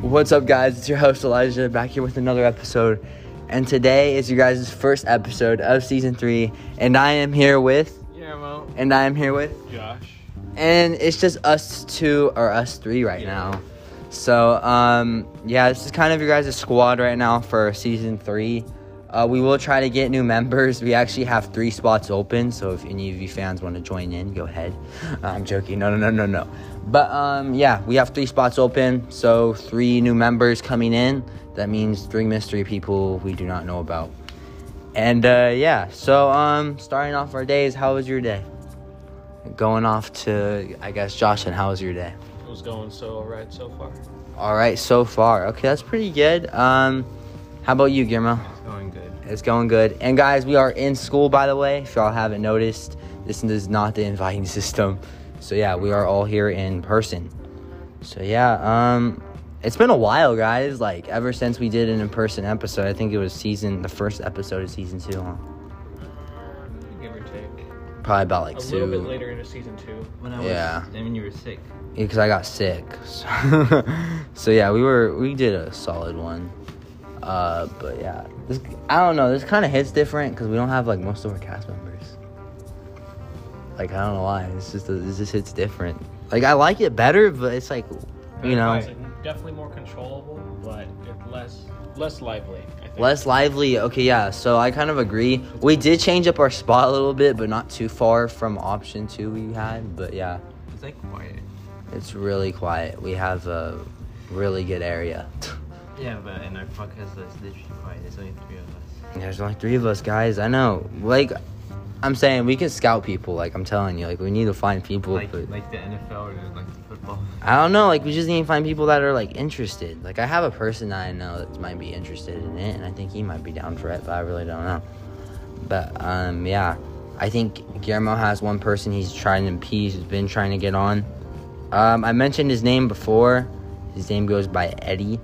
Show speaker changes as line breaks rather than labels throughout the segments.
What's up, guys? It's your host Elijah back here with another episode. And today is your guys' first episode of season three. And I am here with,
Yeah, well,
and I am here with,
Josh.
and it's just us two or us three right
Yeah.
now. So, um, yeah, this is kind of your guys' squad right now for season three. Uh, we will try to get new members. We actually have three spots open, so if any of you fans want to join in, go ahead. Uh, I'm joking. No, no, no, no, no. But um, yeah, we have three spots open, so three new members coming in. That means three mystery people we do not know about. And uh, yeah, so um, starting off our days, how was your day? Going off to, I guess, Josh, and how was your day?
It was going so alright so far.
All right, so far. Okay, that's pretty good. Um, how about you, Guillermo?
It's going good.
It's going good. And guys, we are in school, by the way. If y'all haven't noticed, this is not the inviting system. So yeah, we are all here in person. So yeah, um, it's been a while, guys. Like ever since we did an in-person episode, I think it was season the first episode of season two. Huh?
Give or take.
Probably about like
a
two.
little bit later into season two.
when I
Yeah.
was, I mean, you were sick.
because I got sick. So, so yeah, we were we did a solid one. Uh, but yeah, this I don't know. This kind of hits different because we don't have like most of our cast members. Like I don't know why. It's just this just hits different. Like I like it better, but it's like you know
It's definitely more controllable, but it's less less lively. I think.
less lively. Okay, yeah. So I kind of agree. We did change up our spot a little bit, but not too far from option two we had. But yeah.
It's like quiet.
It's really quiet. We have a really good area.
Yeah, but in our podcast, that's literally quiet. There's only three of us.
There's only three of us, guys. I know. Like, I'm saying we can scout people. Like, I'm telling you, like we need to find people.
Like,
but
like the NFL or like the football.
I don't know. Like, we just need to find people that are like interested. Like, I have a person that I know that might be interested in it, and I think he might be down for it, but I really don't know. But um, yeah, I think Guillermo has one person he's trying to appease. Who's been trying to get on. Um, I mentioned his name before. His name goes by Eddie.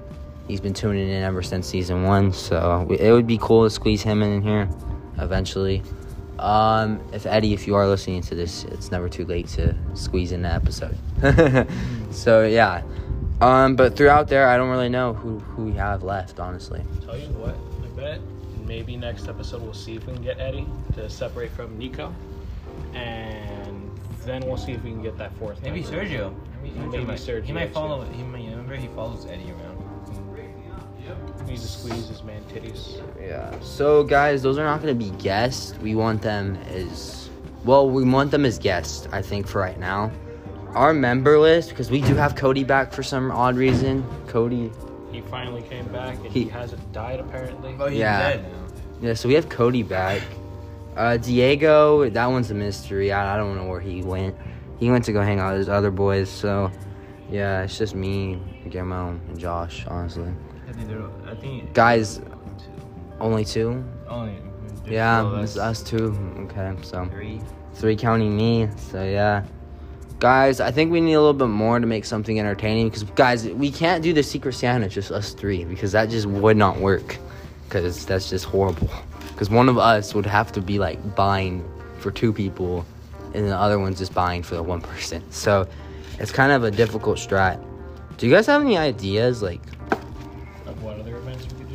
He's been tuning in ever since season one, so we, it would be cool to squeeze him in here eventually. Um, if Eddie, if you are listening to this, it's never too late to squeeze in an episode. so yeah, um, but throughout there, I don't really know who who we have left, honestly.
Tell you what, I bet maybe next episode we'll see if we can get Eddie to separate from Nico, and then we'll see if we can get that fourth.
Maybe
member.
Sergio.
Maybe
might-
Sergio,
He might
too.
follow. He might. You remember he follows Eddie around.
He needs to squeeze his man titties.
Yeah. So guys, those are not gonna be guests. We want them as well. We want them as guests. I think for right now, our member list because we do have Cody back for some odd reason. Cody.
He finally came back, and
He-
he, hasn't died apparently.
Oh, he's
Yeah.
dead now.
Yeah. So we have Cody back. Uh, Diego. That one's a mystery. I, I don't know where he went. He went to go hang out with his other boys. So yeah, it's just me, Guillermo, and Josh. Honestly,
I think they're. I think.
guys,
Two.
only two.
Only. there's two
Yeah,
of
it's us two. Okay, so.
Three.
three counting me. So yeah, guys, I think we need a little bit more to make something entertaining because guys, we can't do the Secret Santa just us three because that just would not work because that's just horrible. Because one of us would have to be like buying for two people, and the other one's just buying for the one person. So it's kind of a difficult strat. Do you guys have any ideas like
Of what other events we could do?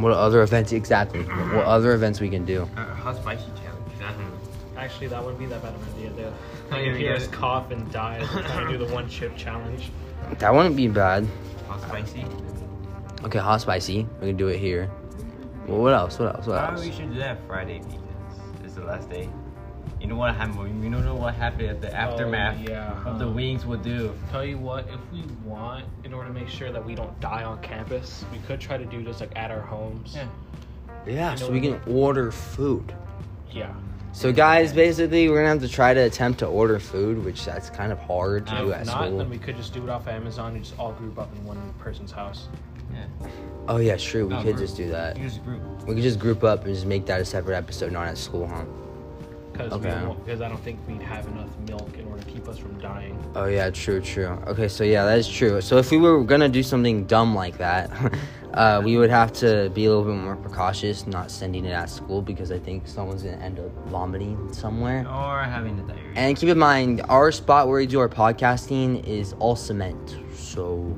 what other events exactly? What other events we can do?
Uh, how spicy challenge? I don't know.
Actually, that would be that bad of an idea, dude.
Oh,
Like,
yeah,
if
we
he
got
has
it.
cough and dies, we're trying to do the one chip challenge.
That wouldn't be bad.
How
Uh,
spicy?
Okay, hot spicy. We can do it here. Well, what else? What else? What
Probably
else?
we should do that Friday because it's the last day. You know what happened? We don't know what happened at the aftermath
Oh, yeah.
of the wings will do.
Tell you what, if we want, in order to make sure that we don't die on campus, we could try to do this like at our homes.
Yeah.
Yeah,
I
so
know
we
we-
can order food.
Yeah.
So guys, basically, we're gonna have to try to attempt to order food, which that's kind of hard to
And
do
if
at
Uh, not,
school.
then we could just do it off of Amazon and just all group up in one person's house.
Yeah.
Oh yeah, sure, we
No,
could
we're-
just do that.
Use group.
We could just group up and just make that a separate episode, not at school, huh?
Because
Okay.
because I don't think we'd have enough milk in order to keep us from dying.
Oh yeah, true, true. Okay, so yeah, that is true. So if we were gonna do something dumb like that, uh, we would have to be a little bit more precautious, not sending it at school because I think someone's gonna end up vomiting somewhere.
Or having a diarrhea.
And keep in mind, our spot where we do our podcasting is all cement. So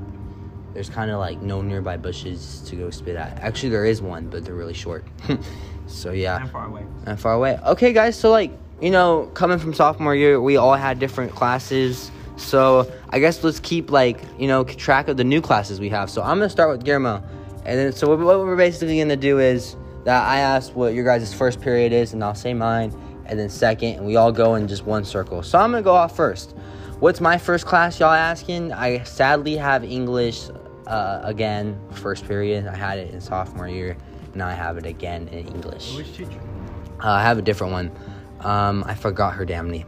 There's kind of like no nearby bushes to go spit at. Actually, there is one, but they're really short. so yeah,
I'm far away.
and far away. Okay, guys. So like you know, coming from sophomore year, we all had different classes. So I guess let's keep like you know track of the new classes we have. So I'm gonna start with Guillermo, and then so what what we're basically gonna do is that I ask what your guys' first period is, and I'll say mine, and then second, and we all go in just one circle. So I'm gonna go off first. What's my first class, y'all asking? I sadly have English uh, again, first period. I had it in sophomore year. Now I have it again in English.
Which teacher?
Uh, I have a different one. Um, I forgot her damn name.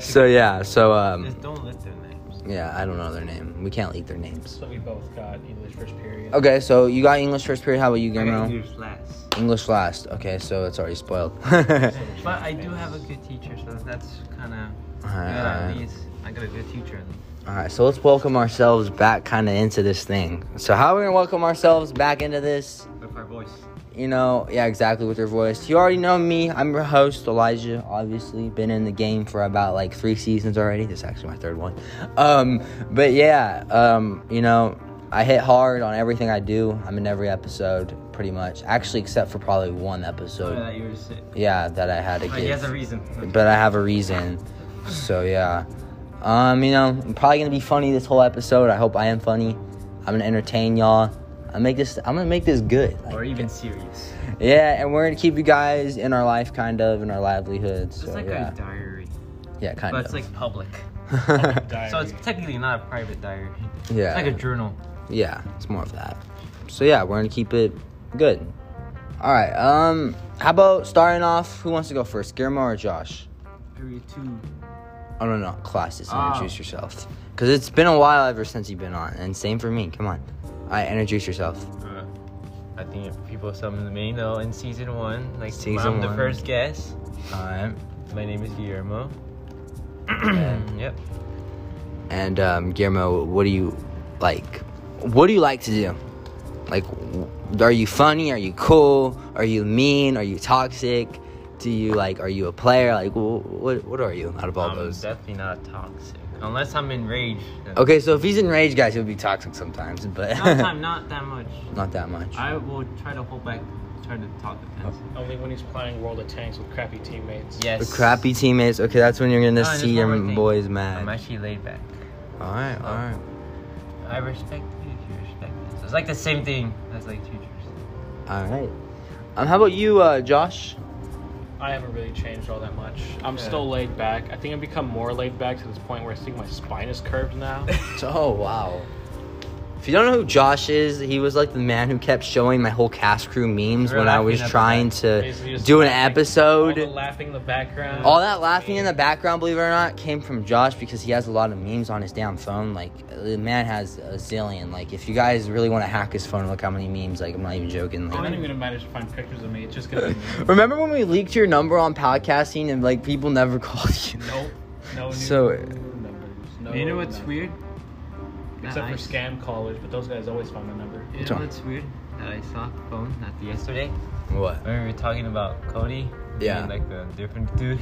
so yeah, so um,
Just don't list their names.
yeah, I don't know their name. We can't leak their names.
So we both got English first period.
Okay, so you got English first period. How about you,
I got
Guillermo?
English last.
English last. Okay, so it's already spoiled.
But I do have a good teacher, so that's kind of good. At
Alright,
least I got a good teacher.
alright, so let's welcome ourselves back kind of into this thing. So how are we gonna welcome ourselves back into this?
With our voice.
You know, yeah, exactly with your voice. You already know me. I'm your host, Elijah. Obviously, been in the game for about like three seasons already. This is actually my third one. Um, but yeah, um, you know, I hit hard on everything I do. I'm in every episode, pretty much. Actually, except for probably one
So
episode.
that you were sick.
Yeah, that I had to
But Oh, he has a
give.
reason.
But I have a reason. So yeah, um, you know, I'm probably gonna be funny this whole episode. I hope I am funny. I'm gonna entertain y'all. I make this. I'm gonna make this good. Like,
Or even serious.
yeah, and we're gonna keep you guys in our life, kind of, in our livelihood.
It's
So
like
yeah,
a diary,
yeah, kind
but
of.
it's like public.
Diary.
So it's technically not a private diary.
yeah,
It's like a journal.
yeah, it's more of that. So yeah, we're gonna keep it good. All right. Um, how about starting off? Who wants to go first, Guillermo or Josh?
Period two.
Oh no, no, classes. And
Ah.
Introduce yourself, because it's been a while ever since you've been on, and same for me. Come on, all right, introduce yourself.
Uh, I think people summoned me though in season one. Like
Season
I'm the
one.
first guest.
All right.
My name is Guillermo. and, yep.
And um, Guillermo, what do you like? What do you like to do? Like, w- are you funny? Are you cool? Are you mean? Are you toxic? Do you like? Are you a player? Like, wh- what? What are you out of all
I'm
those?
Um, definitely not toxic. Unless I'm enraged. then-
Okay, so if he's enraged, guys, he'll be toxic sometimes, but
Sometimes not that much.
not that much.
I will try to hold back, try to talk defense.
Only when he's playing World of Tanks with crappy teammates.
Oh. The
Yes.
crappy teammates. Okay, that's when you're gonna
No, and
see
there's
your
one more thing.
boys
I'm
mad.
actually Oh. laid back.
All right, all right.
I respect you if you respect me. So it's like the same thing as like teachers.
All right. Um, how about you, uh, Josh?
I haven't really changed all that much. I'm
Yeah.
still laid back. I think I've become more laid back to this point where I think my spine is curved now.
Oh wow. If you don't know who Josh is, he was like the man who kept showing my whole cast crew memes
We're
when I
laughing
was
at the
trying to
Basically just
do an
laughing.
episode.
All the laughing in the background.
All that laughing in the background, believe it or not, came from Josh because he has a lot of memes on his damn phone. Like the man has a zillion. Like if you guys really want to hack his phone, look how many memes. Like I'm not even joking.
I'm not
Like,
even gonna manage to find pictures of me. It's just gonna be
remember when we leaked your number on podcasting and like people never called you?
nope. No new
So-
numbers. No
you know what's
nothing.
weird?
Except
That
for
I-
scam callers, but those guys always find my number.
You
Sorry.
know what's weird? That I saw phone not the yesterday.
Yesterday,
What?
when we were talking about Cody,
Yeah.
and, like the different dude,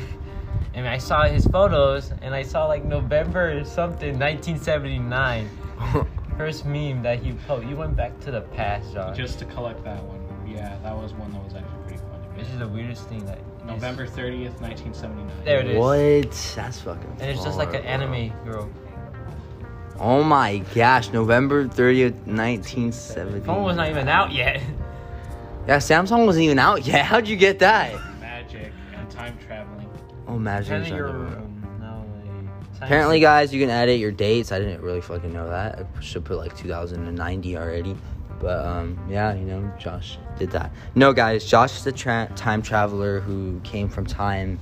and I saw his photos, and I saw like November or something, 1979. First meme that he posted. You went back to the past, John.
Just to collect that one. Yeah, that was one that was actually pretty funny.
Which is the weirdest thing that
November 30th, 1979.
There it is.
What? That's fucking.
And it's just like
far,
an
bro.
anime girl.
Oh my gosh, November 30th, 1970.
Phone was not even out yet.
Yeah, Samsung wasn't even out yet. How'd you get that?
Magic and time traveling.
Oh, imagine.
Apparently,
it's
you're,
under-
um, now a science-
Apparently, guys, you can edit your dates. I didn't really fucking know that. I should put like 2090 already. But um, yeah, you know, Josh did that. No, guys, Josh is a tra- time traveler who came from time,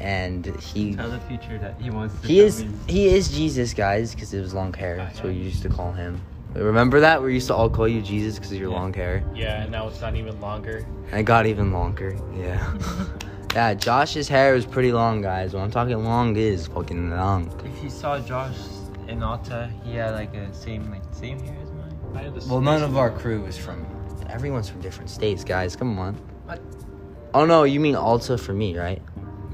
and he
Tell the future that he wants to
he
tell
is
me. Oh,
he is Jesus, guys, because it was long hair. That's what you used to call him. Remember that? We used to all call you Jesus because of your
Yeah.
long hair.
Yeah, and now it's not even longer.
And it got even longer. Yeah. yeah, Josh's hair was pretty long, guys. When I'm talking long, it is fucking long.
If you saw Josh in Alta, he had like a same like same hair as mine.
I had this
Well, none of our crew is from. Everyone's from different states, guys. Come on.
What?
Oh no, you mean Alta for me, right?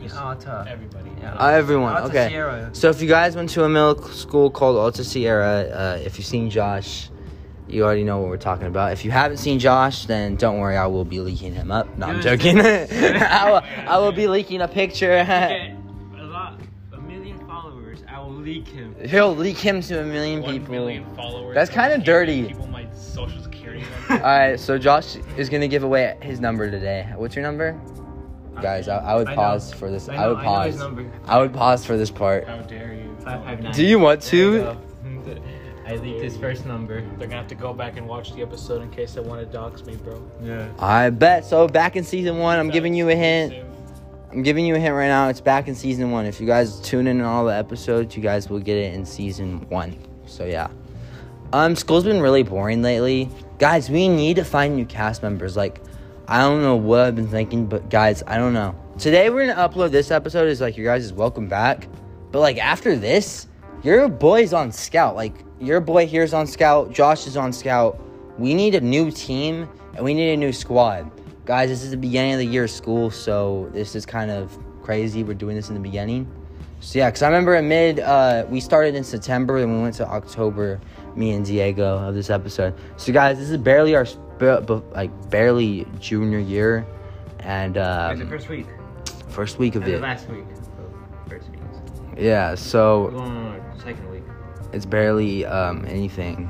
Just
Alta.
everybody.
Yeah.
Uh, everyone,
Oh, Alta
okay.
Sierra.
So if you guys went to a middle school called Alta Sierra, uh, if you've seen Josh, you already know what we're talking about. If you haven't seen Josh, then don't worry, I will be leaking him up. No, I'm
Dude,
joking.
dude.
I, will, I will be leaking a picture.
Get a lot, a million followers. I will leak him.
He'll leak him to a million
One
people.
million followers.
That's kinda
Giving
dirty.
People my social security
All
number.
right, so Josh is gonna give away his number today. What's your number, guys? I, I would
I know.
pause for this. I,
know-
would
I know his
pause.
number.
I would pause for this part.
How dare you?
Five five nine.
Do you want
There we
Uh,
to?
go. I leaked his first number.
They're gonna have to go back and watch the episode in case they want to dox me, bro.
Yeah.
I bet. So back in season one, I'm
That's
giving you a hint.
exclusive.
I'm giving you a hint right now. It's back in season one. If you guys tune in on all the episodes, you guys will get it in season one. So yeah. Um, school's been really boring lately, guys. We need to find new cast members. Like, I don't know what I've been thinking, but guys, I don't know. Today we're gonna upload this episode is like your guys is welcome back, but like after this, your boy's on scout. Like your boy here's on scout. Josh is on scout. We need a new team and we need a new squad. Guys, this is the beginning of the year of school, so this is kind of crazy. We're doing this in the beginning. So yeah, because I remember in mid, uh, we started in September and we went to October. Me and Diego of this episode. So guys, this is barely our sp- bu- like barely junior year, and
the
um,
first week.
first week
And
of
the
it.
last week. of First week.
Yeah, so
Well, no, no, no, second week.
it's barely um, anything.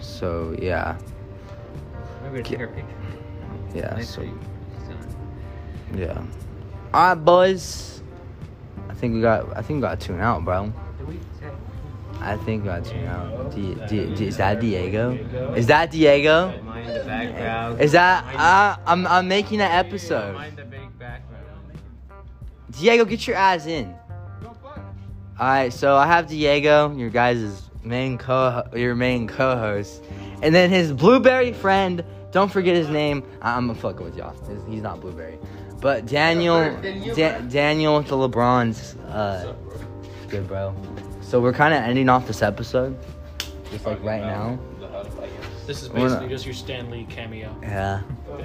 So yeah,
We're gonna take our picture.
yeah,
Next
so
week. So,
yeah. All right, boys. I think we got. I think we got to tune out, bro.
the week say-
I think we got to tune out. Di-
Diego.
Di- Di- is that Diego?
Diego.
Is that Diego?
Mind the background.
Is that uh, I'm I'm making an episode.
Mind the big background.
Diego, get your eyes in. All right, so I have Diego, your guys' main co your main co-host, and then his blueberry friend. Don't forget his name. I- I'm fucking with y'all. He's- He's not blueberry, but Daniel, Da- Daniel with the LeBrons. Uh, good bro. So we're kind of ending off this episode, just like right now.
This is
We're
basically
not-
just your Stan Lee cameo.
Yeah.
Damn.
You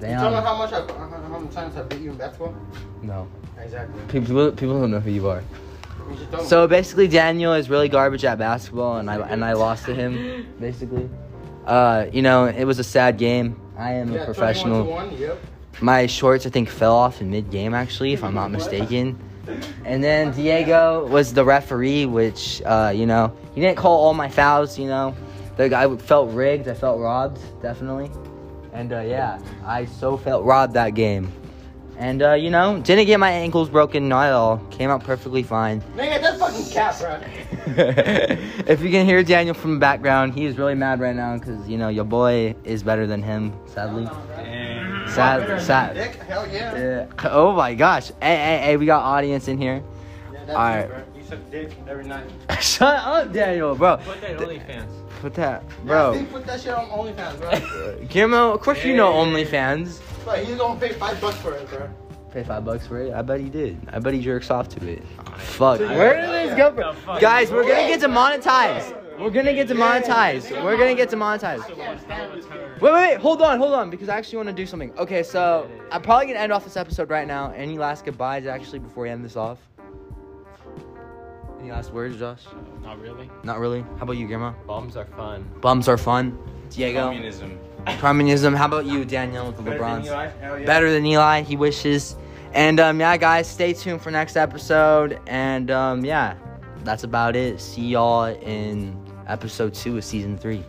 don't know
Damn.
how much I, how how many times I beat you in basketball?
No.
Exactly.
People people don't know who you are.
You just don't.
So basically, Daniel is really garbage at basketball, and I and I lost to him. Basically, uh, you know, it was a sad game. I am a
yeah, 21 to
professional.
one, yep.
My shorts, I think, fell off in mid game, actually, if I'm not mistaken. And then Diego was the referee, which uh, you know, he didn't call all my fouls. You know, the guy felt rigged. I felt robbed, definitely. And uh, yeah, I so felt robbed that game. And uh, you know, didn't get my ankles broken, not at all. Came out perfectly fine
Nigga, that's fucking cap, bro.
if you can hear Daniel from the background, he is really mad right now because you know your boy is better than him. Sadly, sad, sad.
Dick? Hell yeah.
Yeah. Oh my gosh! Hey, hey, hey! We got audience in here.
yeah that's
Alright.
it, bro. You suck dick every night.
Shut up, Daniel, bro.
Put that OnlyFans.
Put that,
Yeah,
bro.
Steve put that shit on OnlyFans, bro.
Guillermo, of course you know OnlyFans.
but he's gonna pay five bucks for it, bro.
Pay five bucks for it. I bet he did. I bet he jerks off to it. Fuck. Where
Where
did
did
this
this
go from?
The fuck?
Guys, we're gonna get demonetized. We're gonna get demonetized. We're gonna get demonetized.
Can't stand with you.
Wait, wait, wait, hold on, hold on, because I actually want to do something. Okay, so I'm probably gonna end off this episode right now. Any last goodbyes actually before we end this off? Any last words, Josh?
Not really.
Not really. How about you, Grandma?
Bombs are fun.
Bums are fun. Diego.
Communism.
Communism. How about you, Daniel with the
Better than
LeBrons?
you, I- hell yeah.
Better than Eli, he wishes. And um, yeah, guys, stay tuned for next episode. And um, yeah, that's about it. See y'all in episode two of season three.